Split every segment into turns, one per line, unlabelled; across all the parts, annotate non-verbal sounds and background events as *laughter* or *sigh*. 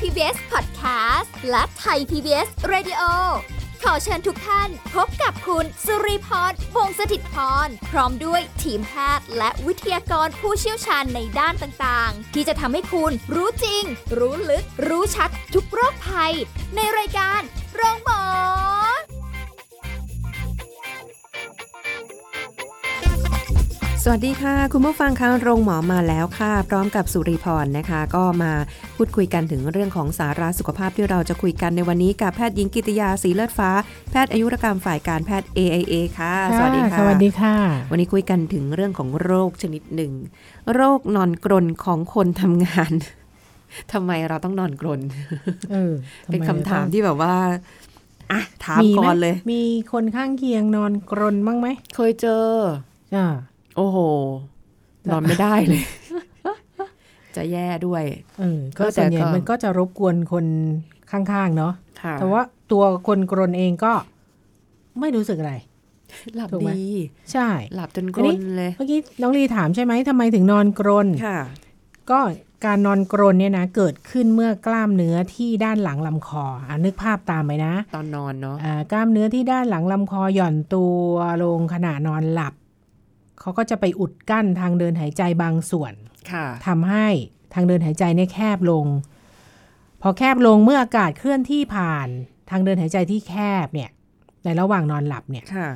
PBS Podcast และไทย PBS Radio ขอเชิญทุกท่านพบกับคุณสุริพรวงศสถิตพร พร้อมด้วยทีมแพทย์และวิทยากรผู้เชี่ยวชาญในด้านต่างๆ ที่จะทำให้คุณรู้จริง รู้ลึก รู้ชัดทุกโรคภัย ในรายการโรงพยาบาล
สวัสดีค่ะ คุณผู้ฟังคะโรงหมอมาแล้วค่ะ พร้อมกับสุริพรนะคะ ก็มาพูดคุยกันถึงเรื่องของสาระสุขภาพที่เราจะคุยกันในวันนี้กับแพทย์หญิงกิติยาสีเลือดฟ้า แพทย์อายุรกรรมฝ่ายการแพทย์ AIA ค่ะ สวัสดีค่ะ
สวัสดีค่ะ
วันนี้คุยกันถึงเรื่องของโรคชนิดหนึ่ง โรคนอนกรนของคนทำงาน *laughs* ทำไมเราต้องนอนกรน
เออำไ
เป็นคำถามที่แบบว่าอ่ะถาม
มีไห
ก่อนเลย
มีคนข้างเคียงนอนกรนบ้างไหม
เคยเจอ
อ่า
โอ้โห นอนไม่ได้เลย จะแย่ด้วย
เออ ก็
ก็แต่
ส่วนใหญ่
ก็
มันก็จะรบกวนคนข้างๆ เนาะ
ค่ะ
แต่ว่าตัวคนกรนเองก็ไม่รู้สึกอะไร
หลับ
ถูกไหม
ดี
ใช่
หลับจนก
อัน
ร
นี้
นเลย
เมื่อกี้น้องลีถามใช่ไหมทำไมถึงนอนกรน
ค่ะ
ก็การนอนกรนเนี่ยนะเกิดขึ้นเมื่อกล้ามเนื้อที่ด้านหลังลำคออ่ะนึกภาพตามไปนะ
ตอนนอนเนาะ
อ่ากล้ามเนื้อที่ด้านหลังลำคอหย่อนตัวลงขณะนอนหลับ เขาก็จะไปอุดกั้นทางเดินหายใจบางส่วน
ค่ะ
ทำให้ทางเดินหายใจเนี่ยแคบลง พอแคบลงเมื่ออากาศเคลื่อนที่ผ่านทางเดินหายใจที่แคบเนี่ยในระหว่างนอนหลับเนี่ย
ค่ะ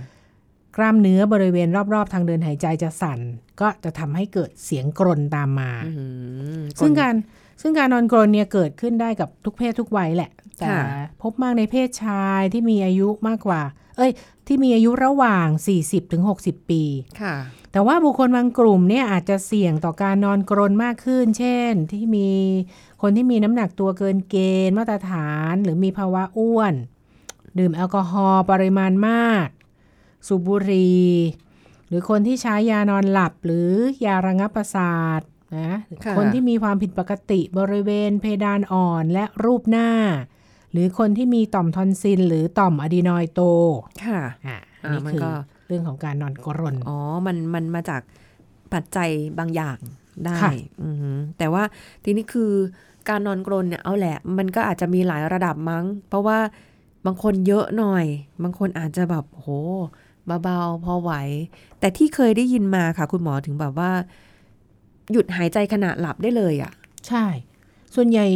กล้ามเนื้อบริเวณรอบๆ ทางเดินหายใจจะสั่น ก็จะทำให้เกิดเสียงกรนตามมา
อื้อหือ
ซึ่ง
กรน
การซึ่งการนอนกรนเนี่ยเกิดขึ้นได้กับทุกเพศทุกวัยแหละ แต่
ค่ะ
พบมากในเพศชายที่มีอายุมากกว่า เอ้ย ที่มีอายุระหว่าง 40ถึง60 ปี
ค่ะ
แต่ว่าบุคคลบางกลุ่มเนี่ยอาจจะเสี่ยงต่อการนอนกรนมากขึ้น เช่น ที่มีคนที่มีน้ำหนักตัวเกินเกณฑ์มาตรฐาน หรือมีภาวะอ้วน ดื่มแอลกอฮอล์ปริมาณมาก สูบบุหรี่หรือคนที่ใช้ยานอนหลับหรือยาระงับประสาทนะ
ค่ะ
คนที่มีความผิดปกติบริเวณเพดานอ่อนและรูปหน้า หรือคนที่มีต่อมทอนซิลหรือต่อมอะดีนอยด์โต
ค่ะ
อ่ะ
อ่า
อันนี้
มัน
คือ
ก็
เรื่องของการนอนกรน
อ๋อ มัน มันมาจากปัจจัยบางอย่างได้
ค่ะ
อือหือแต่ว่าทีนี้คือการนอนกรนเนี่ย เอาแหละ มันก็อาจจะมีหลายระดับมั้ง เพราะว่าบางคนเยอะหน่อย บางคนอาจจะแบบโหเบาๆพอไหว แต่ที่เคยได้ยินมาค่ะ คุณหมอถึงแบบว่า หยุดหายใจขณะหลับได้เลยอ่ะ
ใช่ ส่วนใหญ่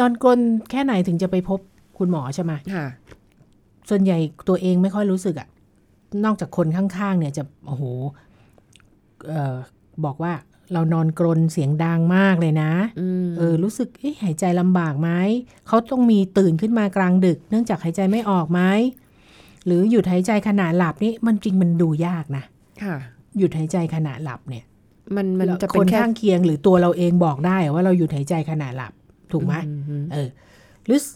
นอนกรนแค่ไหนถึงจะไปพบคุณหมอใช่ไหม
ค่ะ
ส่วนใหญ่ตัวเองไม่ค่อยรู้สึกอะนอกจากคนข้างๆ เนี่ยจะโอ้โหเอ่อบอกว่าเรานอนกรนเสียงดังมากเลยนะ
อืม
เออรู้สึกเอ๊ะหายใจลำบากไหมเขาต้องมีตื่นขึ้นมากลางดึก เนื่องจากหายใจไม่ออกไหมหรือหยุดหายใจขณะหลับนี่มันจริงมันดูยากนะ
ค่ะ
หยุดหายใจขณะหลับเนี่ย
มันมันจะ
ค
เป็น
น
แค่
ข้างเคียงหรือตัวเราเองบอกได้ว่าเราหยุดหายใจขณะหลับถูกไหม
อือหือ
เออรู้ส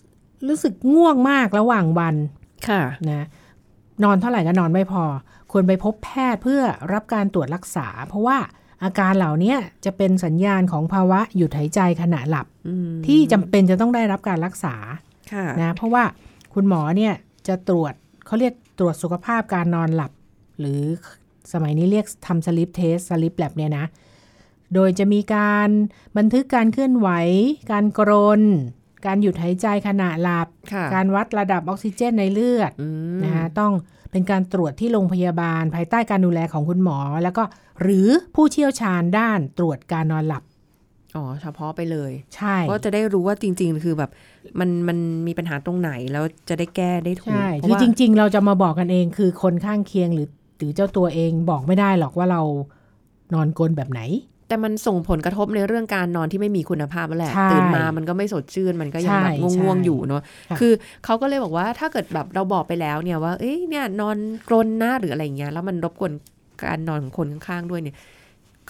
รู้สึกง่วงมากระหว่างวัน
ค่ะ
นะนอนเท่าไหร่ก็นอนไม่พอ ควรไปพบแพทย์เพื่อรับการตรวจรักษา เพราะว่าอาการเหล่านี้จะเป็นสัญญาณของภาวะหยุดหายใจขณะหลับ
อืม
ที่จำเป็นจะต้องได้รับการรักษา
ค่ะ
นะเพราะว่าคุณหมอเนี่ยจะตรวจเขาเรียกตรวจสุขภาพการนอนหลับ หรือสมัยนี้เรียกทำสลิปเทสสลิปแลบเนี่ยนะ โดยจะมีการบันทึกการเคลื่อนไหว การกรน การหยุดหายใจขณะหลับ
ค่ะ
การวัดระดับออกซิเจนในเลือด
อืม
นะคะต้องเป็นการตรวจที่โรงพยาบาล ภายใต้การดูแลของคุณหมอ แล้วก็หรือผู้เชี่ยวชาญด้านตรวจการนอนหลับ
อ๋อเฉพาะไปเลย
ใช่
ก็จะได้รู้ว่าจริง ๆ คือแบบ มันมันมีปัญหาตรงไหนแล้วจะได้แก้ได้ถูก
ใช่
เพราะ
คือ
ว่า
จริง ๆ เราจะมาบอกกันเองคือคนข้างเคียงหรือหรือเจ้าตัวเองบอกไม่ได้หรอกว่าเรานอนกลนแบบไหน
แต่มันส่งผลกระทบในเรื่องการนอนที่ไม่มีคุณภาพนั่นแหละ
ใช่
ตื่นมามันก็ไม่สดชื่นมันก็ยัง
ใช่
แบบง่วงๆอยู่เนาะ
ค่ะ
คือเขาก็เลยบอกว่าถ้าเกิดแบบเราบอกไปแล้วเนี่ยว่าเอ้ยเนี่ยนอนกรนนะหรืออะไรอย่างเงี้ยแล้วมันรบกวนการนอนของคนข้างๆด้วยเนี่ย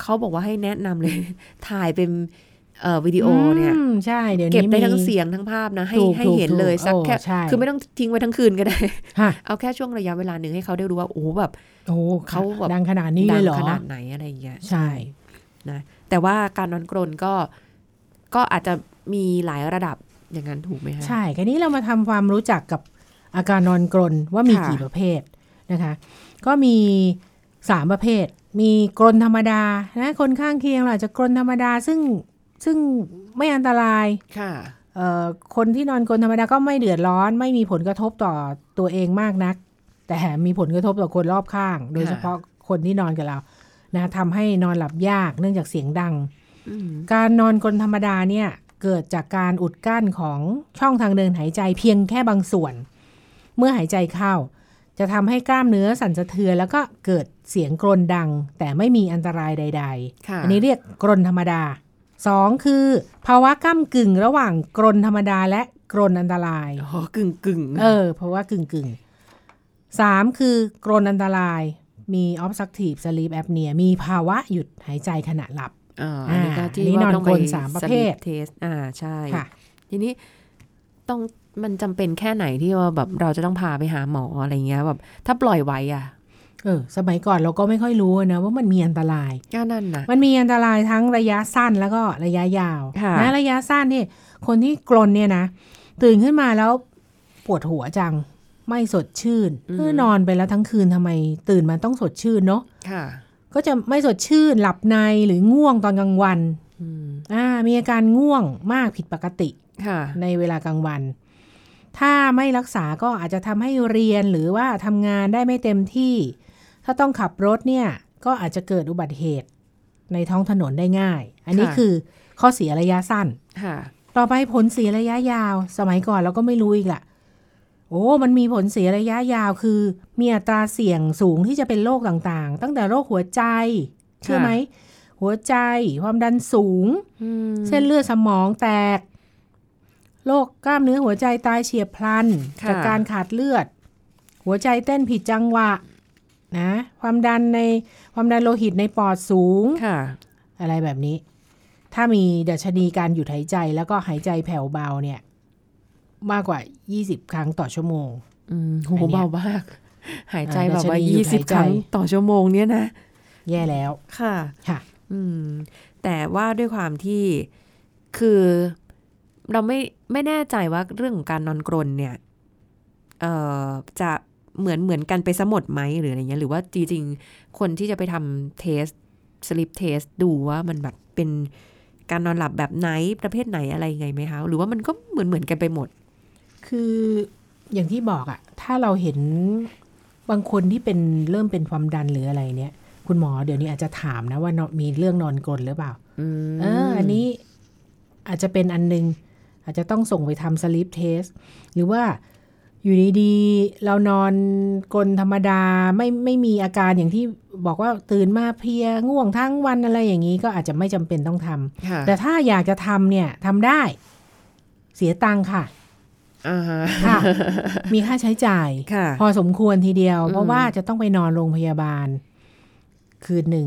เขาบอกว่าให้แนะนำเลย *laughs* ถ่ายเป็นเอ่อวิดีโอเนี่ย
อืมใช่เดี๋ยว
เก็บ
นี้
ได้ทั้ง
มี
เสียงทั้งภาพนะ ให้
ถูก
ให้
ถูก
เห็นเลย
ถูก
สัก
โอ้
แค่
ใช่
คือไม่ต้องทิ้งไว้ทั้งคืนก็ได้
ฮะ
เอาแค่ช่วงระยะเวลาหนึ่งให้เขาได้รู้ว่าโอ้โหแบบ
โอ้
เขาแบบ
ดังขนาดนี้เล
ดั
ยเหรอ
ขนาดไหนอะไรอย่างเงี้ย
ใช่
แต่ว่าการนอนกรนก็ก็อาจจะมีหลายระดับอย่างนั้นถูกไหมคะ
ใช่แค่นี้เรามาทำความรู้จักกับอาการนอนกรนว่ามี
ค่ะ
กี่ประเภทนะคะ ก็มีสามประเภท มีกรนธรรมดานะคนข้างเคียงเราอาจจะกรนธรรมดาซึ่งซึ่งไม่อันตราย
ค่ะ
เอ่อคนที่นอนกรนธรรมดาก็ไม่เดือดร้อน ไม่มีผลกระทบต่อตัวเองมากนัก แต่มีผลกระทบต่อคนรอบข้าง โดยเฉพาะคนที่นอนกับเรานะทำให้นอนหลับยากเนื่องจากเสียงดัง
อืม
การนอนกรนธรรมดาเนี่ยเกิดจากการอุดกั้นของช่องทางเดินหายใจเพียงแค่บางส่วน เมื่อหายใจเข้า จะทำให้กล้ามเนื้อสั่นสะเทือนแล้วก็เกิดเสียงกรนดัง แต่ไม่มีอันตรายใด ๆ
ค่ะ
อันนี้เรียกกรนธรรมดา 2 คือ ภาวะก้ำกึ่งระหว่างกรนธรรมดาและกรนอันตราย
โอ้โหกึ่งกึ่งๆ
เออ เพราะว่ากึ่งกึ่งสามคือกรนอันตราย มี obstructive sleep apnea มีภาวะหยุดหายใจขณะหลับ
อ่าอันนี้ก็
อ่า
ที่
อันนี้
ว่าน
อน
ต้องไป
กลสามประเภท
เทสอ่าใช่
ค่ะ
ทีนี้ต้องมันจำเป็นแค่ไหนที่ว่าแบบเราจะต้องพาไปหาหมออะไรเงี้ยแบบถ้าปล่อยไว้อ่ะ
เออ สมัยก่อนเราก็ไม่ค่อยรู้นะ ว่ามันมีอันตราย
ก็นั่นนะ
มันมีอันตรายทั้งระยะสั้นแล้วก็ระยะยาว
ค่ะ
นะระยะสั้นนี่คนที่กรนเนี่ยนะ ตื่นขึ้นมาแล้วปวดหัวจัง ไม่สดชื่นเออนอนไปแล้วทั้งคืนทำไม ตื่นมาต้องสดชื่นเนาะ
ค่ะ
ก็จะไม่สดชื่นหลับในหรือง่วงตอนกลางวัน
อืม
อ่ามีอาการง่วงมากผิดปกติ
ค่ะ
ในเวลากลางวัน ถ้าไม่รักษาก็อาจจะทำให้เรียนหรือว่าทำงานได้ไม่เต็มที่ ถ้าต้องขับรถเนี่ย ก็อาจจะเกิดอุบัติเหตุในท้องถนนได้ง่าย อันนี้คือข้อเสียระยะสั้น
ค่ะ
ต่อไปผลเสียระยะยาว สมัยก่อนเราก็ไม่รู้อีกละโอ้ มันมีผลเสียระยะยาวคือ มีอัตราเสี่ยงสูงที่จะเป็นโรคต่างๆ ตั้งแต่โรคหัวใจ เชื่อไหม หัวใจ ความดันสูง
อืม
เส้นเลือดสมองแตก โรคกล้ามเนื้อหัวใจตายเฉียบพลัน
ะ
จากการขาดเลือด หัวใจเต้นผิดจังหวะนะ ความดันในความดันโลหิตในปอดสูง
ค่ะ
อะไรแบบนี้ ถ้ามีดัชนีการหยุดหายใจแล้วก็หายใจแผ่วเบาเนี่ย มากกว่า 20 ครั้งต่อชั่วโมง
อืมโห
อันเนี้ย
เบามาก หายใจ
อ่า
แบบว่า
ดัชนีหยุ
ยี่
ด
สิบ
หายใจ
ครั้งต่อชั่วโมงเนี้ยนะ
แย่แล้ว
ค่ะ
ค่ะ
อืม แต่ว่าด้วยความที่คือเราไม่ไม่แน่ใจว่าเรื่องของการนอนกรนเนี่ย เอ่อจะเหมือนเหมือนกันไปสมดไหมหรืออะไรเงี้ยหรือว่าจริงๆ คนที่จะไปทำเทสสลิปเทสดูว่ามันแบบเป็นการนอนหลับแบบไหนประเภทไหนอะไรยังไงไหมคะหรือว่ามันก็เหมือนเหมือนกันไปหมด
คืออย่างที่บอกอะถ้าเราเห็นบางคนที่เป็นเริ่มเป็นความดันหรืออะไรเนี่ย คุณหมอเดี๋ยวนี้อาจจะถามนะว่านอนมีเรื่องนอนกรนหรือเปล่า
อืม
เอออันนี้อาจจะเป็นอันนึง อาจจะต้องส่งไปทำสลิปเทส หรือว่าอยู่ดีๆเรานอนกลนธรรมดาไม่ไม่มีอาการอย่างที่บอกว่าตื่นมาเพลียง่วงทั้งวันอะไรอย่างนี้ก็อาจจะไม่จำเป็นต้องท
ค่ะ
ำแต่ถ้าอยากจะทำเนี่ยทำได้เสียตังค่ะ
อ่าฮะ
ค่ะ มีค่าใช้จ่าย
ค่ะ
พอสมควรทีเดียว
อืม
เพราะว่าจะต้องไปนอนโรงพยาบาล คืนหนึ่ง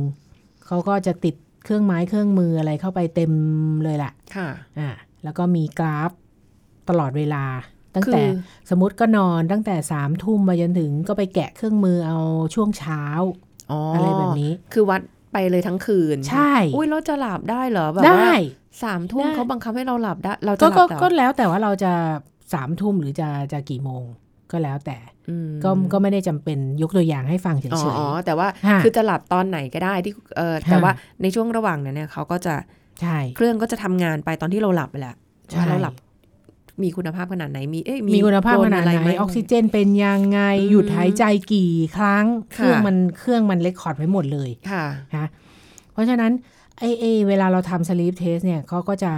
เขาก็จะติดเครื่องไม้เครื่องมืออะไรเข้าไปเต็มเลยล่ะ
ค่ะ
อ่าแล้วก็มีกราฟตลอดเวลา ตั้งแต่
คือ
สมมติก็นอนตั้งแต่สามทุ่มมาจนถึงก็ไปแกะเครื่องมือเอาช่วงเช้า
อ๋อ
อะไรแบบนี้
คือวัดไปเลยทั้งคืน
ใช่
อุ้ยเราจะหลับได้เหรอแบบ
ได้
ว่าสามทุ่ม
ได้
เขาบังคับให้เราหลับได้ เราจะ
ก็
ห
ก็
ลับเหร
ก็
อ
แล้วแต่ว่าเราจะสามทุ่มหรือจะจะกี่โมง ก็แล้วแต่
อืม
ก็ก็ไม่ได้จำเป็นยกตัวอย่างให้ฟังเฉ
อ๋อย อ๋อแต่ว่า
ฮะ
คือจะหลับตอนไหนก็ได้ที่เออแต่
ฮะ
ว่าในช่วงระหว่างนั้นเนี่ยเขาก็จะ
ๆใช่
เครื่องก็จะทำงานไปตอนที่เราหลับไปแหละ
ใช่
ว่าเราหลับมีคุณภาพขนาดไหนมีเอ๊ะ
มีคุณภาพขนาด
โร
ไหน
ม
ออกซิเจนเป็นยังไง
อืม
หยุดหายใจกี่ครั้ง เค
ค่ะ
รื่องมันเครื่องมันเลคคอร์ดไว้หมดเลย
ค่ะ
นะเพราะฉะนั้นไอเอเวลาเราทำสลีปเทสเนี่ยเขาก็จะ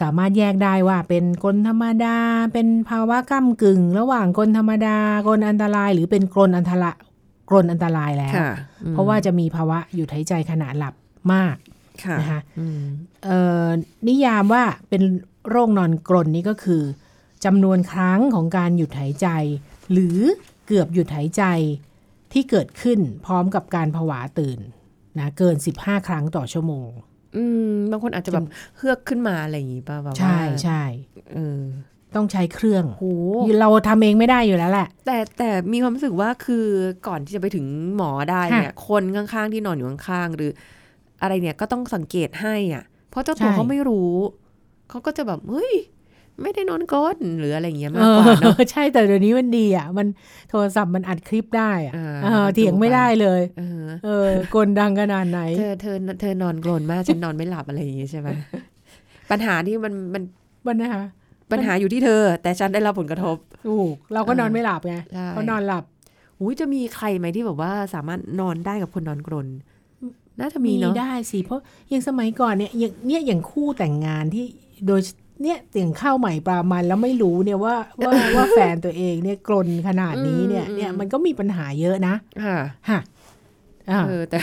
สามารถแยกได้ว่าเป็นกลธรรมดา เป็นภาวะก้ำกึ่ง ระหว่างกลธรรมดากลอันตราย หรือเป็นกลอันตรายกลอันตรายแล้ว
ค่ะ
เพราะว่าจะมีภาวะหยุดหายใจขณะหลับมาก
ค่ะ
นะคะ
อืม
เอ่อนิยามว่าเป็นโรคนอนกรนนี่ก็คือจำนวนครั้งของการหยุดหายใจ หรือเกือบหยุดหายใจที่เกิดขึ้นพร้อมกับการผวาตื่นนะเกิน 15 ครั้งต่อชั่วโมง
อืมบางคนอาจจะแบบเฮือกขึ้นมาอะไรอย่างงี้ป่ะแบบว่า
ใช่ใช่
เออ
ต้องใช้เครื่อง
โห
เราทำเองไม่ได้อยู่แล้วแหละ
แต่แต่มีความรู้สึกว่าคือก่อนที่จะไปถึงหมอได้เนี่ย คนข้างๆที่นอนอยู่ข้างๆหรือ อะไรเนี่ยก็ต้องสังเกตให้อ่ะ เพราะเจ้าตัว
ใช่
เขาไม่รู้ เขาก็จะแบบเฮ้ย ไม่ได้นอนก้นหรืออะไรอย่างเงี้
าม
ยากกว่าเนาะ
*laughs* ใช่แต่เดี๋ยวนี้มันดีอ่ะ มันโทรศัพท์มันอัดคลิปได้อ่ะ
อ่า
เออเถียงไม่ได้เลย
เออ
เออกลดังขนาดไหน
เธอเธอเธอนอนกลนมากฉันนอนไม่หลับอะไรอย่างเงี้ยใช่ไหมปัญหาที่มันมัน
มันนะคะ
ปัญหาอยู่ที่เธอ แต่ฉันได้รับผลกระทบ
ถูกเราก็นอน
อ่า
ไม่หลับไง
ใช่
เขานอนหลับ
อุ้ยจะมีใครไหมที่แบบว่าสามารถนอนได้กับคนนอนกรน น่าจะมี
มี
เนาะ
ได้สิ เพราะอยังสมัยก่อนเนี่ยอย่างเนี่ยอย่างคู่แต่งงานที่โดยเนี่ยเตียงข้าวใหม่ปลามันแล้วไม่รู้เนี่ยว่าว่าว่าแฟนตัวเองเนี่ยกลนขนาดนี้เนี่ย
อืม
เนี่ยมันก็มีปัญหาเยอะนะ
ค่ะ
ฮะอ่า
เออแต่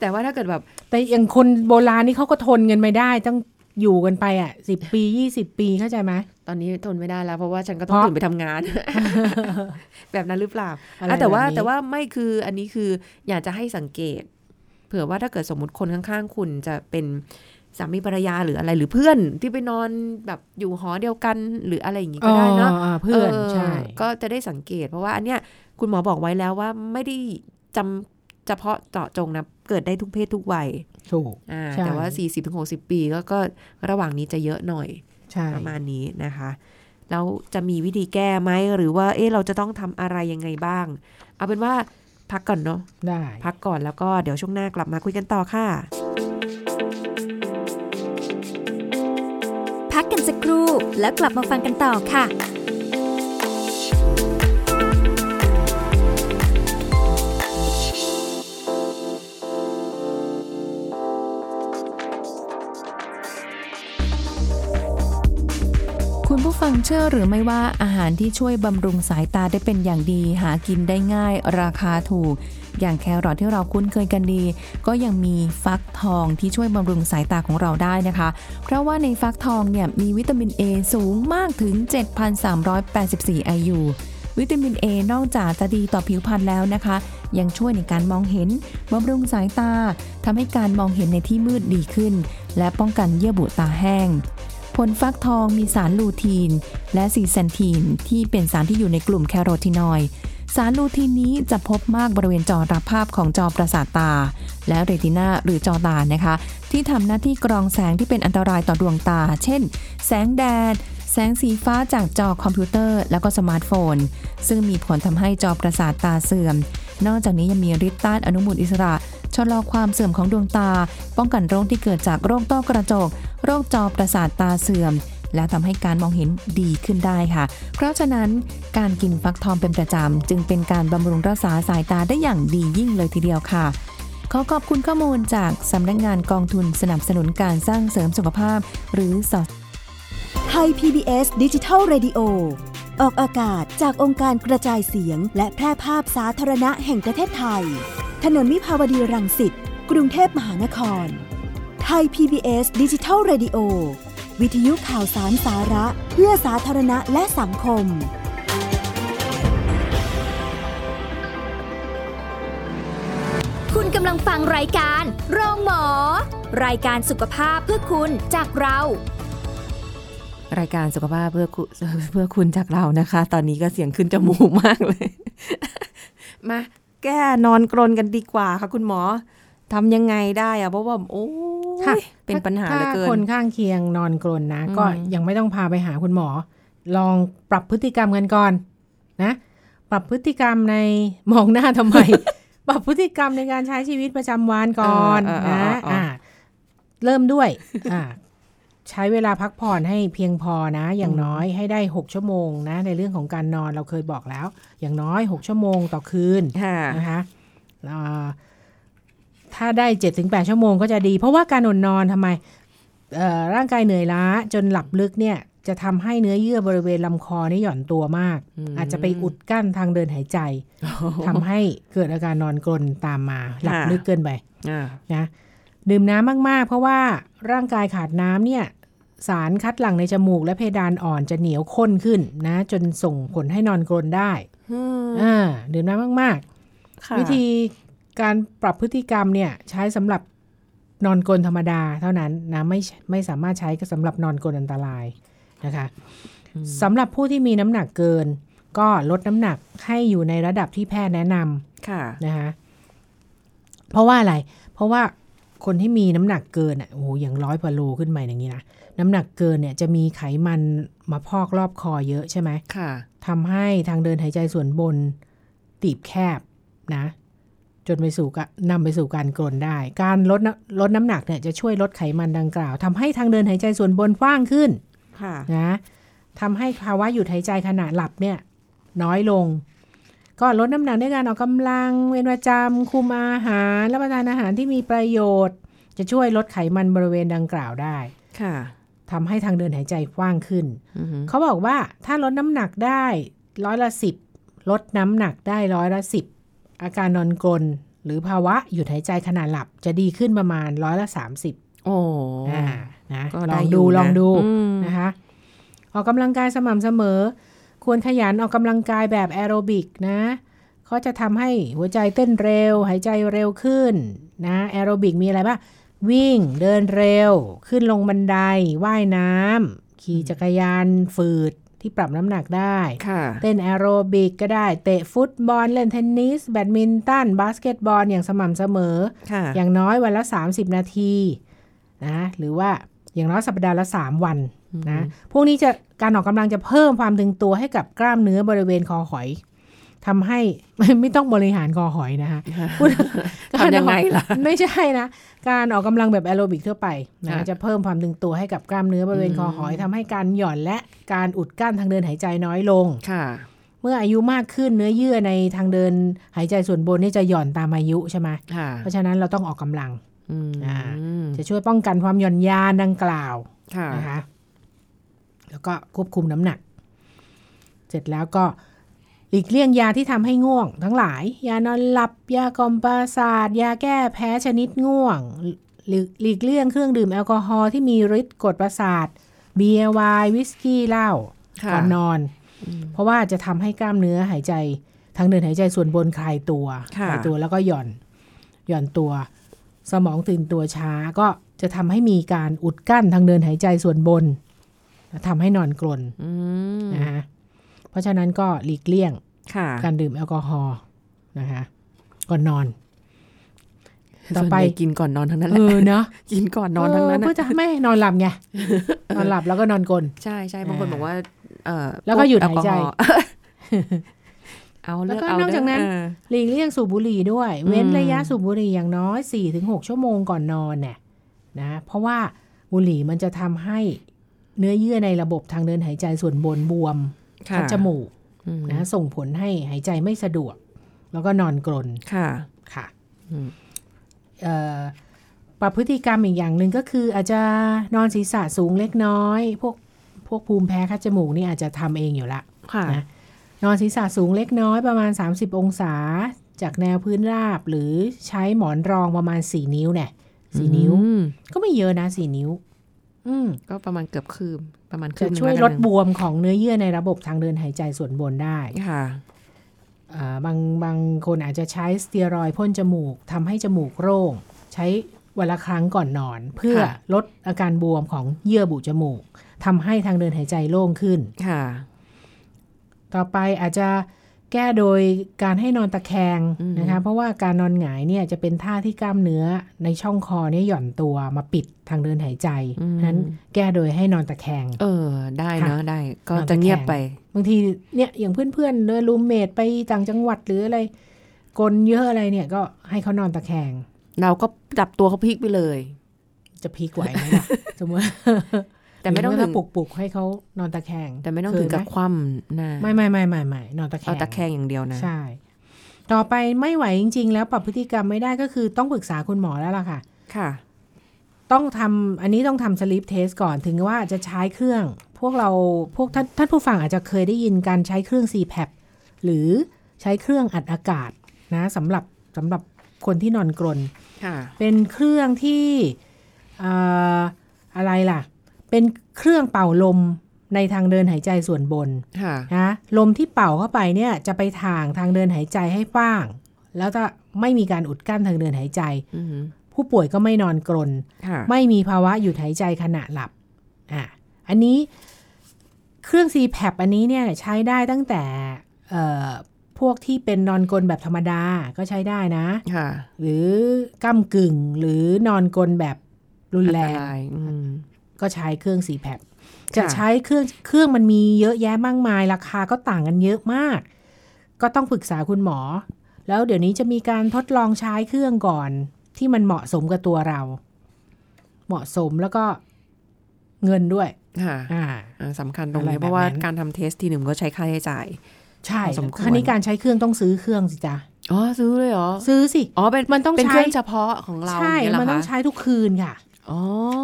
แต่ว่าถ้าเกิดแบบ
แต่อย่างคนโบราณนี่เขาก็ทนกันไม่ได้ ต้องอยู่กันไปอ่ะสิบปียี่สิบปีเข้าใจไหม
ตอนนี้ทนไม่ได้แล้ว เพราะว่าฉันก็ต้อง
เพราะ
ตื่นไปทำงาน *laughs* แบบนั้นหรือเปล่า
อะไร
อ่ะแต่ว่า
บบนี้
แต่ว่าไม่คืออันนี้คืออยากจะให้สังเกต เผื่อว่าถ้าเกิดสมมติคนข้างๆ คุณจะเป็นสามีภรรยาหรืออะไรหรือเพื่อนที่ไปนอนแบบอยู่หอเดียวกันหรืออะไรอย่างงี้ก็ได้เนาะ
อ๋ออ๋อเพื่อน
อ
ใช่
ก็จะได้สังเกตเพราะว่าอันเนี้ยคุณหมอบอกไว้แล้วว่าไม่ได้จำเฉพาะเจาะจงนะ เกิดได้ทุกเพศทุกวัย
ถูก
อ่า
ใช่
แต่ว่า 40-60 ปีก็ก็ระหว่างนี้จะเยอะหน่อย
ใช่
ประมาณนี้นะคะแล้วจะมีวิธีแก้ไหมหรือว่าเอ๊ะเราจะต้องทำอะไรยังไงบ้าง เอาเป็นว่าพักก่อนเนาะ
ได้
พักก่อนแล้วก็เดี๋ยวช่วงหน้ากลับมาคุยกันต่อค่ะ
พักกันสักครู่แล้วกลับมาฟังกันต่อค่ะ
คุณผู้ฟังเชื่อหรือไม่ว่าอาหารที่ช่วยบำรุงสายตาได้เป็นอย่างดี หากินได้ง่าย ราคาถูก อย่างแครอทที่เราคุ้นเคยกันดี ก็ยังมีฟักทองที่ช่วยบำรุงสายตาของเราได้นะคะ เพราะว่าในฟักทองเนี่ยมีวิตามิน A สูงมากถึง 7,384 IU วิตามิน A นอกจากจะดีต่อผิวพรรณแล้วนะคะ ยังช่วยในการมองเห็นบำรุงสายตาทำให้การมองเห็นในที่มืดดีขึ้น และป้องกันเยื่อบุตาแห้ง ผลฟักทองมีสารลูทีน และซีแซนทีน ที่เป็นสารที่อยู่ในกลุ่มแคโรทีนอยด์สารลูทีนนี้จะพบมากบริเวณจอรับภาพของจอประสาทตา และเรตินาหรือจอตานะคะ ที่ทำหน้าที่กรองแสงที่เป็นอันตรายต่อดวงตา เช่น แสงแดด แสงสีฟ้าจากจอคอมพิวเตอร์ แล้วก็สมาร์ทโฟน ซึ่งมีผลทำให้จอประสาทตาเสื่อม นอกจากนี้ยังมีฤทธิ์ต้านอนุมูลอิสระ ชะลอความเสื่อมของดวงตา ป้องกันโรคที่เกิดจากโรคต้อกระจก โรคจอประสาทตาเสื่อม และทำให้การมองเห็นดีขึ้นได้ค่ะ เพราะฉะนั้นการกินฟักทองเป็นประจำ จึงเป็นการบำรุงรักษาสายตาได้อย่างดียิ่งเลยทีเดียวค่ะ ขอขอบคุณข้อมูลจากสำนักงานกองทุนสนับสนุนการสร้างเสริมสุขภาพ หรือส
ไทย PBS ดิจิทัล Radio ออกอากาศจากองค์การกระจายเสียง และแพร่ภาพสาธารณะแห่งประเทศไทย ถนนมิภาวดีรังสิต กรุงเทพมหานคร ไทย PBS ดิจิทัล Radio วิทยุข่าวสารสาระ เพื่อสาธารณะและสังคม
คุณกำลังฟังรายการโรงหมอ รายการสุขภาพเพื่อคุณจากเรา
รายการสุขภาพเพื่อคุณ เพื่อคุณจากเรานะคะ ตอนนี้ก็เสียงขึ้นจมูกมากเลย *laughs* มาแก้นอนกรนกันดีกว่าค่ะคุณหมอทำยังไงได้อะเพราะว่าโอ้
ค่ะ
ยเป็นปัญหาเหลือเกิ
ถ้คน นข้างเคียงนอนกรนนะ
อืม
ก็ยังไม่ต้องพาไปหาคุณหมอ ลองปรับพฤติกรรมกันก่อนนะ ปรับพฤติกรรมในมองหน้า
*laughs*
ทำไม ปรับพฤติกรรมในการใช้ชีวิตประจำวันก่อน
เออเออ
นะ
เออเอออ่
่าเริ่มด้วย อ่าใช้เวลาพักผ่อนให้เพียงพอนะ อย่างน้อยให้ได้ 6 ชั่วโมงนะ ในเรื่องของการนอนเราเคยบอกแล้ว อย่างน้อย 6 ชั่วโมงต่อคืน
ค่ะ
นะคะอ่าถ้าได้7จถึงแชั่วโมงก็จะดี เพราะว่าการอดนอนทำไมเอ่อร่างกายเหนื่อยล้าจนหลับลึกเนี่ยจะทำให้เนื้อเยื่อบริเวณลำคอนี่หย่อนตัวมาก
อืม
อาจจะไปอุดกั้นทางเดินหาย
*laughs*
ใจทำให้เกิดอาการนอนกรนตามมา หลับลึกเกินไป
อ่า
นะดื่มน้ำมาก ๆ เพราะว่าร่างกายขาดน้ำเนี่ยสารคัดหลั่งในจมูกและเพดานอ่อนจะเหนียวข้นขึ้นนะ จนส่งผลให้นอนกรนได้อ่าดื่มน้ำมาก ๆ วิธีการปรับพฤติกรรมเนี่ยใช้สำหรับนอนกรนธรรมดาเท่านั้นนะไม่ใช่ไม่สามารถใช้กับสำหรับนอนกรนอันตรายนะคะสำหรับผู้ที่มีน้ำหนักเกิน ก็ลดน้ำหนักให้อยู่ในระดับที่แพทย์แนะนำ
ค่ะ
นะคะเพราะว่าอะไร เพราะว่าคนที่มีน้ำหนักเกินอ่ะ โอ้โหอย่างร้อยกว่าโลขึ้นไปอย่างนี้นะ น้ำหนักเกินเนี่ยจะมีไขมันมาพอกรอบคอเยอะใช่ไหม
ค่ะ
ทำให้ทางเดินหายใจส่วนบน ตีบแคบนะ จนไปสู่กะนำไปสู่การกรนได้ การลดน้ำลดน้ำหนักเนี่ยจะช่วยลดไขมันดังกล่าวทำให้ทางเดินหายใจส่วนบนกว้างขึ้น
ค่ะ
นะทำให้ภาวะหยุดหายใจขณะหลับเนี่ยน้อยลง ก็ลดน้ำหนักด้วยการออกกำลัง เว้นประจำคุมอาหารรับประทานอาหารที่มีประโยชน์ จะช่วยลดไขมันบริเวณดังกล่าวได้
ค่ะ
ทำให้ทางเดินหายใจกว้างขึ้น
อือหือ
เขาบอกว่าถ้าลดน้ำหนักได้ร้อยละสิบลดน้ำหนักได้ร้อยละสิบอาการนอนกรนหรือภาวะหยุดหายใจขณะหลับ จะดีขึ้นประมาณร้อยละสามสิบ
โอ้
อ่านะ
ก็
ล
ไ
องดู
ยู่นะ
ลองดู
อืม
นะคะออกกำลังกายสม่ำเสมอ ควรขยันออกกำลังกายแบบแอโรบิกนะเขาจะทำให้หัวใจเต้นเร็ว หายใจเร็วขึ้นนะแอโรบิกมีอะไรบ้างวิ่งเดินเร็ว ขึ้นลงบันได ว่ายน้ำขี่จักรยานฝืดที่ปรับน้ำหนักได้
ค่ะ
เต้นแอโรบิกก็ได้ เตะฟุตบอลเล่นเทนนิส แบดมินตัน บาสเกตบอลอย่างสม่ำเสมอ
ค่ะ
อย่างน้อยวันละ 30 นาทีนะหรือว่าอย่างน้อยสัปดาห์ละ 3 วันนะพวกนี้จะการออกกำลังจะเพิ่มความตึงตัวให้กับกล้ามเนื้อบริเวณคอหอยทำให้ *laughs* ไม่ต้องบริหารคอหอยนะคะพูด
*laughs* ทำยังไงล่ะ
ไม่ใช่นะการออกกำลังแบบแอโรบิกทั่วไปนะ
ค่ะ
จะเพิ่มความตึงตัวให้กับกล้ามเนื้อบริเวณคอหอยทำให้การหย่อนและการอุดกั้นทางเดินหายใจน้อยลง
ค่ะ
เมื่ออายุมากขึ้นเนื้อเยื่อในทางเดินหายใจส่วนบนนี่จะหย่อนตามอายุใช่ไหม
ค่ะ
เพราะฉะนั้นเราต้องออกกำลัง
อืม
อ่า จะช่วยป้องกันความหย่อนยานดังกล่าว
ค่ะ
นะคะแล้วก็ควบคุมน้ำหนัก เสร็จแล้วก็หลีกเลี่ยงยาที่ทำให้ง่วง ทั้งหลาย ยานอนหลับ ยากล่อมประสาท ยาแก้แพ้ชนิดง่วงหลีกหลีกเลี่ยงเครื่องดื่มแอลกอฮอล์ที่มีฤทธิ์กดประสาท เบียร์ไวน์วิสกี้เหล้า
ค่ะ
ก่อนนอน เพราะว่าจะทำให้กล้ามเนื้อหายใจทางเดินหายใจส่วนบนคลายตัว
ค่ะ
ลายตัวแล้วก็หย่อนหย่อนตัว สมองตื่นตัวช้าก็จะทำให้มีการอุดกั้นทางเดินหายใจส่วนบนทำให้นอนกรน
อืม
นะฮะเพราะฉะนั้นก็หลีกเลี่ยง
ค่ะ
การดื่มแอลกอฮอล์นะคะก่อนนอน ต่อไป
ส่วนใหญ่กินก่อนนอนทั้งนั้นแห
เอ
ละ
อเนาะ
*laughs* กินก่อนนอนทั้งนั้น
เออ
นะ
เพื่อจะไม่ให้นอนหลับ
*laughs*
ไงนอนหลับแล้วก็นอนกรน
ใช่ใช่บางคน
อ่า
บอกว่า เอ่อ
แล้วก็หยุดหายใจ
แอลกอฮอล์ *laughs* เอาเลือก
แล้วก็
เอา
นอกจากนั้น
เด้อ
หลีกเลี่ยงสูบบุหรี่ด้วย เว้น
อืม
ระยะสูบบุหรี่อย่างน้อย 4-6 ชั่วโมงก่อนนอนน่ะนะเพราะว่าบุหรี่มันจะทำให้เนื้อเยื่อในระบบทางเดินหายใจส่วนบนบวม
เออค่ะ
คัดจมูก
อืม
นะส่งผลให้หายใจไม่สะดวก แล้วก็นอนกรน
ค่ะ
ค่ะ
อืม
เอ่อปรับพฤติกรรมอีกอย่างหนึ่งก็คืออาจจะนอนศีรษะสูงเล็กน้อย พวกพวกภูมิแพ้คัดจมูกนี่อาจจะทำเองอยู่ละ
ค่ะ
นะ นอนศีรษะสูงเล็กน้อยประมาณ 30 องศา จากแนวพื้นราบ หรือใช้หมอนรองประมาณ 4 นิ้วเนี่ยสี่นิ้ว
อืม
ก็ไม่เยอะนะ 4 นิ้ว อืม
ก็ประมาณเกือบคืบประมาณคื
จะ
บหนึ่ง
ช่วย
แกัน
ลด
นะ
บวมของเนื้อเยื่อในระบบทางเดินหายใจส่วนบนได้
ค่ะ
อ่าบางบางคนอาจจะใช้สเตียรอยด์พ่นจมูกทำให้จมูกโร่ง ใช้วันละครั้งก่อนนอน เพื่อ
ค่ะ
ลดอาการบวมของเยื่อบุจมูกทำให้ทางเดินหายใจโล่งขึ้น
ค่ะ
ต่อไปอาจจะแก้โดยการให้นอนตะแคง
อืม
นะคะเพราะว่าการนอนหงายเนี่ยจะเป็นท่าที่กล้ามเนื้อในช่องคอเนี่ยหย่อนตัวมาปิดทางเดินหายใจฉะนั้นแก้โดยให้นอนตะแคง
เออ ได้
ค่ะ
เนอะได้ก็
นอน
จะ
ตะ
เงียบ
แคง
ไป
บางทีเนี่ยอย่างเพื่อนๆเนรูมเมทไปต่างจังหวัดหรืออะไรกลเยอะอะไรเนี่ยก็ให้เขานอนตะแคง
เราก็จับตัวเขาพลิกไปเลย
จะพีกไหวไหมล่ะ สมมติ
แต่ไม่ต้อง
หรื
ถึ
ว่าง ปลุกปลุกให้เขานอนตะแคง
แต่ไม่ต้องถึงกับ
เคย
คว่ำหน้า
ไหมไม่ไม่ไม่ไม่ไม่นอนตะแค
เอา
ง
ตะแคงอย่างเดียวนะ
ใช่ ต่อไปไม่ไหวจริง ๆ แล้วปรับพฤติกรรมไม่ได้ก็คือต้องปรึกษาคุณหมอแล้วล่ะค่ะ
ค่ะ
ต้องทำอันนี้ต้องทำสลิปเทสก่อนถึงว่าจะใช้เครื่อง พวกเราพวกท่านท่านผู้ฟังอาจจะเคยได้ยินการใช้เครื่อง c p a p หรือใช้เครื่องอัดอากาศนะสำหรับสำหรับคนที่นอนกรน
ค่ะ
เป็นเครื่องที่เอ่ออะไรล่ะ เป็นเครื่องเป่าลมในทางเดินหายใจส่วนบน
ค่ะ
นะลมที่เป่าเข้าไปเนี่ยจะไปทางทางเดินหายใจให้กว้าง แล้วจะไม่มีการอุดกั้นทางเดินหายใจ
อือหือ
ผู้ป่วยก็ไม่นอนกรน
ค่ะ
ไม่มีภาวะหยุดหายใจขณะหลับอ่ะอันนี้เครื่อง c p a p อันนี้เนี่ยใช้ได้ตั้งแต่เอ่อพวกที่เป็นนอนกรนแบบธรรมดาก็ใช้ได้นะ
ค่ะ
หรือก้ำกึ่งหรือนอนกรนแบบรุนแรง
อันตายอืม
ก็ใช้เครื่อง c p a p จะ
ค่ะ
ใช้เครื่องเครื่องมันมีเยอะแยะมากมาย ราคาก็ต่างกันเยอะมาก ก็ต้องปรึกษาคุณหมอ แล้วเดี๋ยวนี้จะมีการทดลองใช้เครื่องก่อน ที่มันเหมาะสมกับตัวเรา เหมาะสมแล้วก็ เงินด้วย
ค่ะ
อ่า
อ่าสำคัญตรง
อะไร
นี้
แบบ
เพราะว่า
นั้น
การทำเทสทีหนึ่งก็ใช้ค่าใช้จ่าย
ใช่
พอสมควร
คราวนี้การใช้เครื่องต้องซื้อเครื่องสิจ้ะ
อ๋อซื้อเลยเหรอ
ซื้อสิ
อ๋อเป็น
มันต้อง
เป็น
ใช้
เครื่องเฉพาะของเรา
ใช่
อย่างเงี้ยเหร
มัน
อ
ต้อง
คะ
ใช้ทุกคืนค่ะ
อ๋อ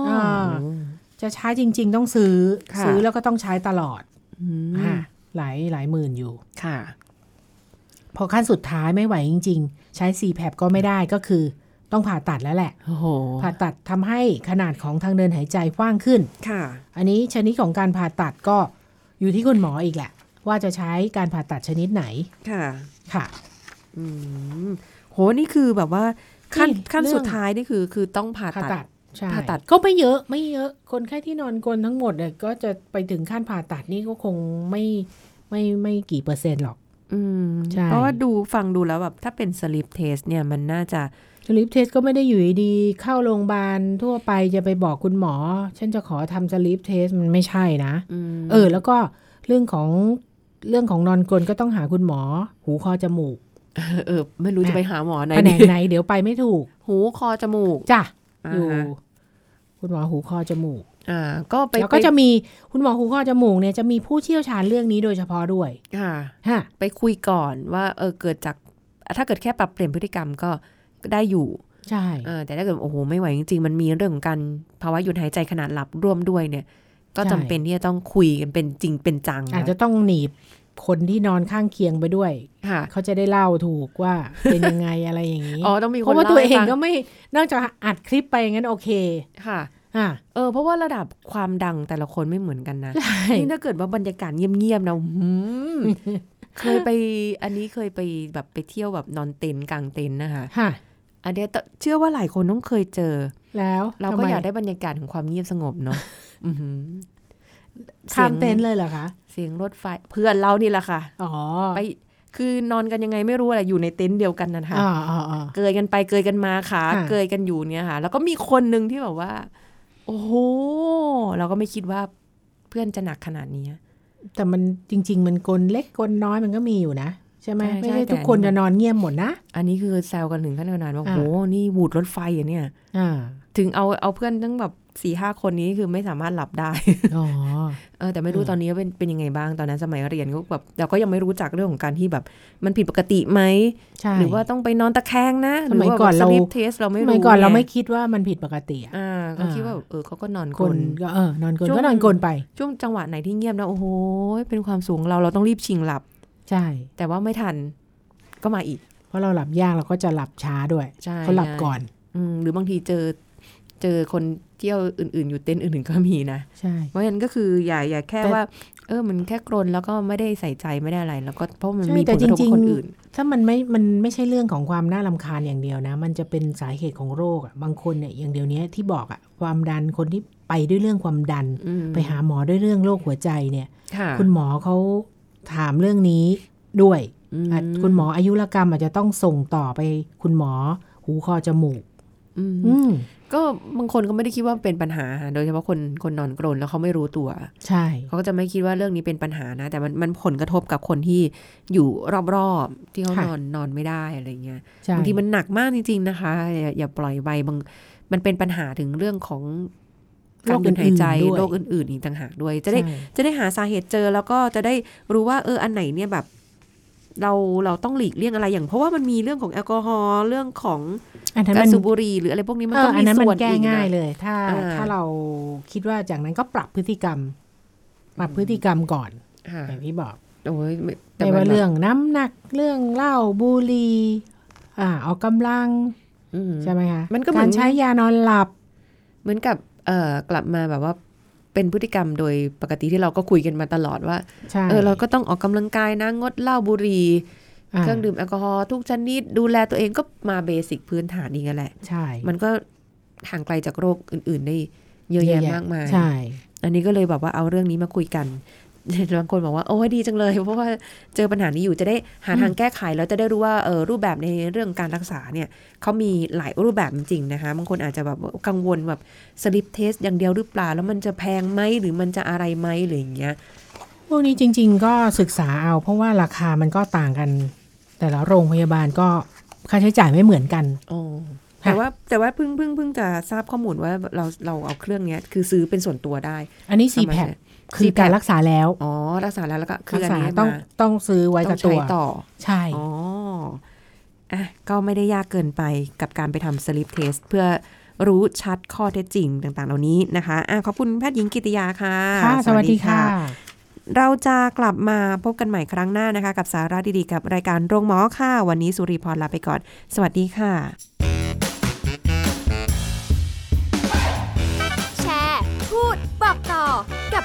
อ่า
อืม
จะใช้จริง ๆ ต้องซื้อ
ค่ะ
ซื้อแล้วก็ต้องใช้ตลอด
อืม
อ่าหลายหลายหมื่นอยู่
ค่ะ
พอขั้นสุดท้ายไม่ไหวจริง ๆ ใช้ c p a p ก็ไม่ได้ก็คือต้องผ่าตัดแล้วแหละ
โอ้โห
ผ่าตัดทำให้ขนาดของทางเดินหายใจกว้างขึ้น
ค่ะ
อันนี้ชนิดของการผ่าตัดก็อยู่ที่คุณหมออีกแหละ ว่าจะใช้การผ่าตัดชนิดไหน
ค่ะ
ค่ะ
อืมโหนี่คือแบบว่าขั้น
นี่
ขั้น
เรื่อง
สุดท้ายนี่คือคือต้องผ่า
ผ่า
ตั
ตั
ด
ดใช่
ผ่าตัด
ก็ไม่เยอะไม่เยอะคนไข้ที่นอนกลนทั้งหมดเนี่ยก็จะไปถึงขั้นผ่าตัดนี่ก็คงไม่ไม่ไม่กี่เปอร์เซ็นต์หรอก
อืม
ใช่
เพราะว่าดูฟังดูแล้วแบบถ้าเป็นสลิปเทสเนี่ยมันน่าจะ
สลิปเทสก็ไม่ได้อยู่ดีๆเข้าโรงพยาบาลทั่วไปจะไปบอกคุณหมอ ฉันจะขอทำสลิปเทสมันไม่ใช่นะ
อืม
เออ แล้วก็เรื่องของเรื่องของนอนกลนก็ต้องหาคุณหมอ หูคอจมูก
เออ ไม่รู้จะไปหาหมอไหน
แผนก
ดี
ไหนเดี๋ยวไปไม่ถูก
หูคอจมูก
จ้ะ
อ่าฮะ
อยู่ คุณหมอหูคอจมูก
อ่า ก็ไป
แล้วก็
ไป
จะมีคุณหมอหูคอจมูกเนี่ยจะมีผู้เชี่ยวชาญเรื่องนี้โดยเฉพาะด้วย
ค่ะ
ฮะ
ไปคุยก่อนว่า เออเกิดจากถ้าเกิดแค่ปรับเปลี่ยนพฤติกรรมก็ก็ได้อยู่
ใช่
เออแต่ถ้าเกิดโอ้โหไม่ไหวจริงๆ มันมีเรื่องของการภาวะหยุดหายใจขนาดหลับร่วมด้วยเนี่ย ก็
ใช่
จำเป็นที่จะต้องคุยกันเป็นจริงเป็นจัง
อาจจะต้องหนีบคนที่นอนข้างเคียงไปด้วย
ค่ะ
เขาจะได้เล่าถูกว่าเป็นยังไง อะไรอย่างนี้
อ๋อต้องมีคน
เพราะว่า
ล่
ตัวเอ
ให้
ง
ฟั
ก็ไม่นอกจากอัดคลิปไปงั้นโอเค
ค่ะ
อ่ะ
เออเพราะว่าระดับความดังแต่ละคนไม่เหมือนกันนะ
ใช่
นี่ถ้าเกิดว่าบรรยากาศเงียบๆนะหืม *laughs* เคยไปอันนี้เคยไปแบบไปเที่ยวแบบนอนเต็นท์กลางเต็นท์นะคะ
ฮะ
อันเนี้ยแต่เชื่อว่าหลายคนต้องเคยเจอ
แล้ว
เรา
ทำ
ก็
ม
อยากได้บรรยากาศของความเงียบสงบเนา *laughs* ะอื้อหือ
ข้ามเต็นท์เลยเหรอคะ
เสียงรถไฟเพื่อนเรานี่แหละค่ะ
อ๋อ
ไปคือนอนกันยังไงไม่รู้อะไรอยู่ในเต็นท์เดียวกันนะคะ
อ่าอ่าอ่า
เกยกันไปเกยกันมาขา
ค่ะ
เกยกันอยู่เนี่ยค่ะ แล้วก็มีคนหนึ่งที่แบบว่า โอ้โหเราก็ไม่คิดว่าเพื่อนจะหนักขนาดนี้
แต่มันจริง ๆ มันกลนเล็กกลนน้อยมันก็มีอยู่นะ ใช่ไหม
ใช่
ไม่
ใช่
ใช่
แต่
ทุกคน
อันนี้
จะนอนเงียบหมดนะ
อันนี้คือแซวกันถึงขั้นขนาดว่า
อ่า
โอ้โหนี่บูดรถไฟเหรอ่ะเนี่ย
อ่า
ถึงเอาเอาเพื่อนทั้งแบบสี่ห้าคนนี้คือไม่สามารถหลับได้ *laughs*
อ๋อ
เออแต่ไม่รู้
อืม
ตอนนี้เป็นเป็นยังไงบ้างตอนนั้นสมัยเรียนก็แบบเราก็ยังไม่รู้จักเรื่องของการที่แบบ มันผิดปกติไหม
ใช่
หรือว่าต้องไปนอนตะแคงนะห
ส
รื
มัย
ว่า
ก่อนเรา
สลิปเทสเราไม่
ส
รู้
มัยก่อนเราไม่
ง
คิดว่ามันผิดปกติอะ
อ่าก็คิด
อ่า
ว่าแบบเออเขาก็นอน
ก
ก
ล
ล
นก็เออนอนกลน
ช่วง
ก็นอนกลนไป
ช่วงจังหวะไหนที่เงียบนะโอ้โหเป็นความสูงเราเราต้องรีบชิงหลับ
ใช่
แต่ว่าไม่ทันก็มาอีก
เพราะเราหลับยากเราก็จะหลับช้าด้วย
ใช่
เขาหลับ
ใช่
ก่อน
อืมหรือบางทีเจอเจอคนเที่ยวอื่น ๆ อยู่เต็นท์อื่นๆก็มีนะ
ใช่
เพราะฉะนั้นก็คืออย่าอย่าแค่
แต่
ว่า เออมันแค่กรนแล้วก็ไม่ได้ใส่ใจไม่ได้อะไร แล้วก็เพราะมัน
ใช่
มีผ
แต่
ลกระทบ
จริ
กับ
งๆ
คนอื่น
ถ้ามันไม่ มันไม่ใช่เรื่องของความน่ารำคาญอย่างเดียวนะ มันจะเป็นสาเหตุของโรคอะบางคนเนี่ยอย่างเดียวเนี้ยที่บอกอะความดันคนที่ไปด้วยเรื่องความดัน
อืม
ไปหาหมอด้วยเรื่องโรคหัวใจเนี่ย
ค่ะ
คุณหมอเขาถามเรื่องนี้ด้วย
ม
อาจคุณหมออายุรกรรมอาจจะต้องส่งต่อไปคุณหมอหูคอจมูก
อืม
อืม
ก็บางคนก็ไม่ได้คิดว่าเป็นปัญหา โดยเฉพาะคนคนนอนกรนแล้วเขาไม่รู้ตัว
ใช่
เขาก็จะไม่คิดว่าเรื่องนี้เป็นปัญหานะ แต่มันมันผลกระทบกับคนที่อยู่รอบๆที่เขา
ค่ะ
นอนนอนไม่ได้อะไรเงี้ย
ใช่
บางทีมันหนักมากจริง ๆ นะคะ อย่าอย่าปล่อยไปบางมันเป็นปัญหาถึงเรื่องของ
โร
การ
ค
หยุดหายใจ
อื่นๆด้วย
โรคอื่น ๆ อีกต่างหากด้วย จะได้
ใช่
จะได้หาสาเหตุเจอแล้วก็จะได้รู้ว่า เอออันไหนเนี่ยแบบ เราเราต้องหลีกเลี่ยงอะไรอย่าง เพราะว่ามันมีเรื่องของแอลกอฮอล์เรื่องของ
อันนั้น
การ
มัน
สูบบุหรี่หรืออะไรพวกนี้มัน
เอ
ก็
ออั
มี
นนั้นมั
ส่วน น
แก้
อีก
ง่าย
นะ
เลย ถ้า
อ่า
ถ้าเราคิดว่าจากนั้นก็ปรับพฤติกรรม ปรับพฤติกรรมก่อน
ค่ะ
อย่างที่บอก
โอ้ยไม่แต่
ไม่
มัน
ว่า
แบบ
เรื่องน้ำหนักเรื่องเหล้าบุหรี่อ่า ออกกำลัง
อืม
ใช่ไหมคะ
มันก็เหมือ
กา
น
รใช้ยานอนหลับ
เหมือนกับเอ่อกลับมาแบบว่าเป็นพฤติกรรมโดยปกติที่เราก็คุยกันมาตลอดว่า
ใช่
เออเราก็ต้องออกกำลังกายนะงดเหล้าบุหรี่
า
เครื่องดื่มแอลกอฮอล์ทุกชนิดดูแลตัวเองก็มาเบสิกพื้นฐานอีกนั่นแหละ
ใช่
มันก็ห่างไกลจากโรคอื่น ๆ ได้เยอะแยะมากมาย
ใช่
อันนี้ก็เลยแบบว่าเอาเรื่องนี้มาคุยกัน *laughs* บางคนบอกว่าโอ้ยดีจังเลย เพราะว่าเจอปัญหานี้อยู่จะได้หาทางแก้ไขแล้วจะได้รู้ว่าเออรูปแบบในเรื่องการรักษาเนี่ยเขามีหลายรูปแบบจริงๆนะคะบางคนอาจจะแบบว่ากังวลแบบสลิปเทสอย่างเดียวหรือเปล่าแล้วมันจะแพงไหมหรือมันจะอะไรไหมอะไรอย่างเงี้ย
พวกนี้จริง ๆ ก็ศึกษาเอา เพราะว่าราคามันก็ต่างกัน แต่ละโรงพยาบาลก็ค่าใช้จ่ายไม่เหมือนกัน
อ๋อ แต่ว่าแต่ว่าเพิ่งเพิ่งเพิ่งจะทราบข้อมูลว่าเราเราเอาเครื่องเนี้ยคือซื้อเป็นส่วนตัวได้
อันนี้
สมัย
CPAP
เนี่ย
คือการรักษาแล้ว
อ๋อรักษาแล้วแล้วก็เครื่อ
รั
ง
กษา
นี้
ต้อง
มา
ต้องซื้อไว้
ต้
กั
อบ งใช้
ตัว
ต่อ
ใช่
อ๋อ อ่ะ ก็ไม่ได้ยากเกินไปกับการไปทำสลิปเทสเพื่อรู้ชัดข้อเท็จจริงต่างๆ เหล่านี้นะคะอ่ะขอบคุณแพทย์หญิงกิติยาค่ะ
ค่ะ สวัสดีค่ะ
เราจะกลับมาพบกันใหม่ครั้งหน้านะคะ กับสาระดีๆ กับรายการโรงหมอค่ะ วันนี้สุริพรลาไปก่อน สวัสดีค่ะ
แชร์ พูด บอกต่อ กับ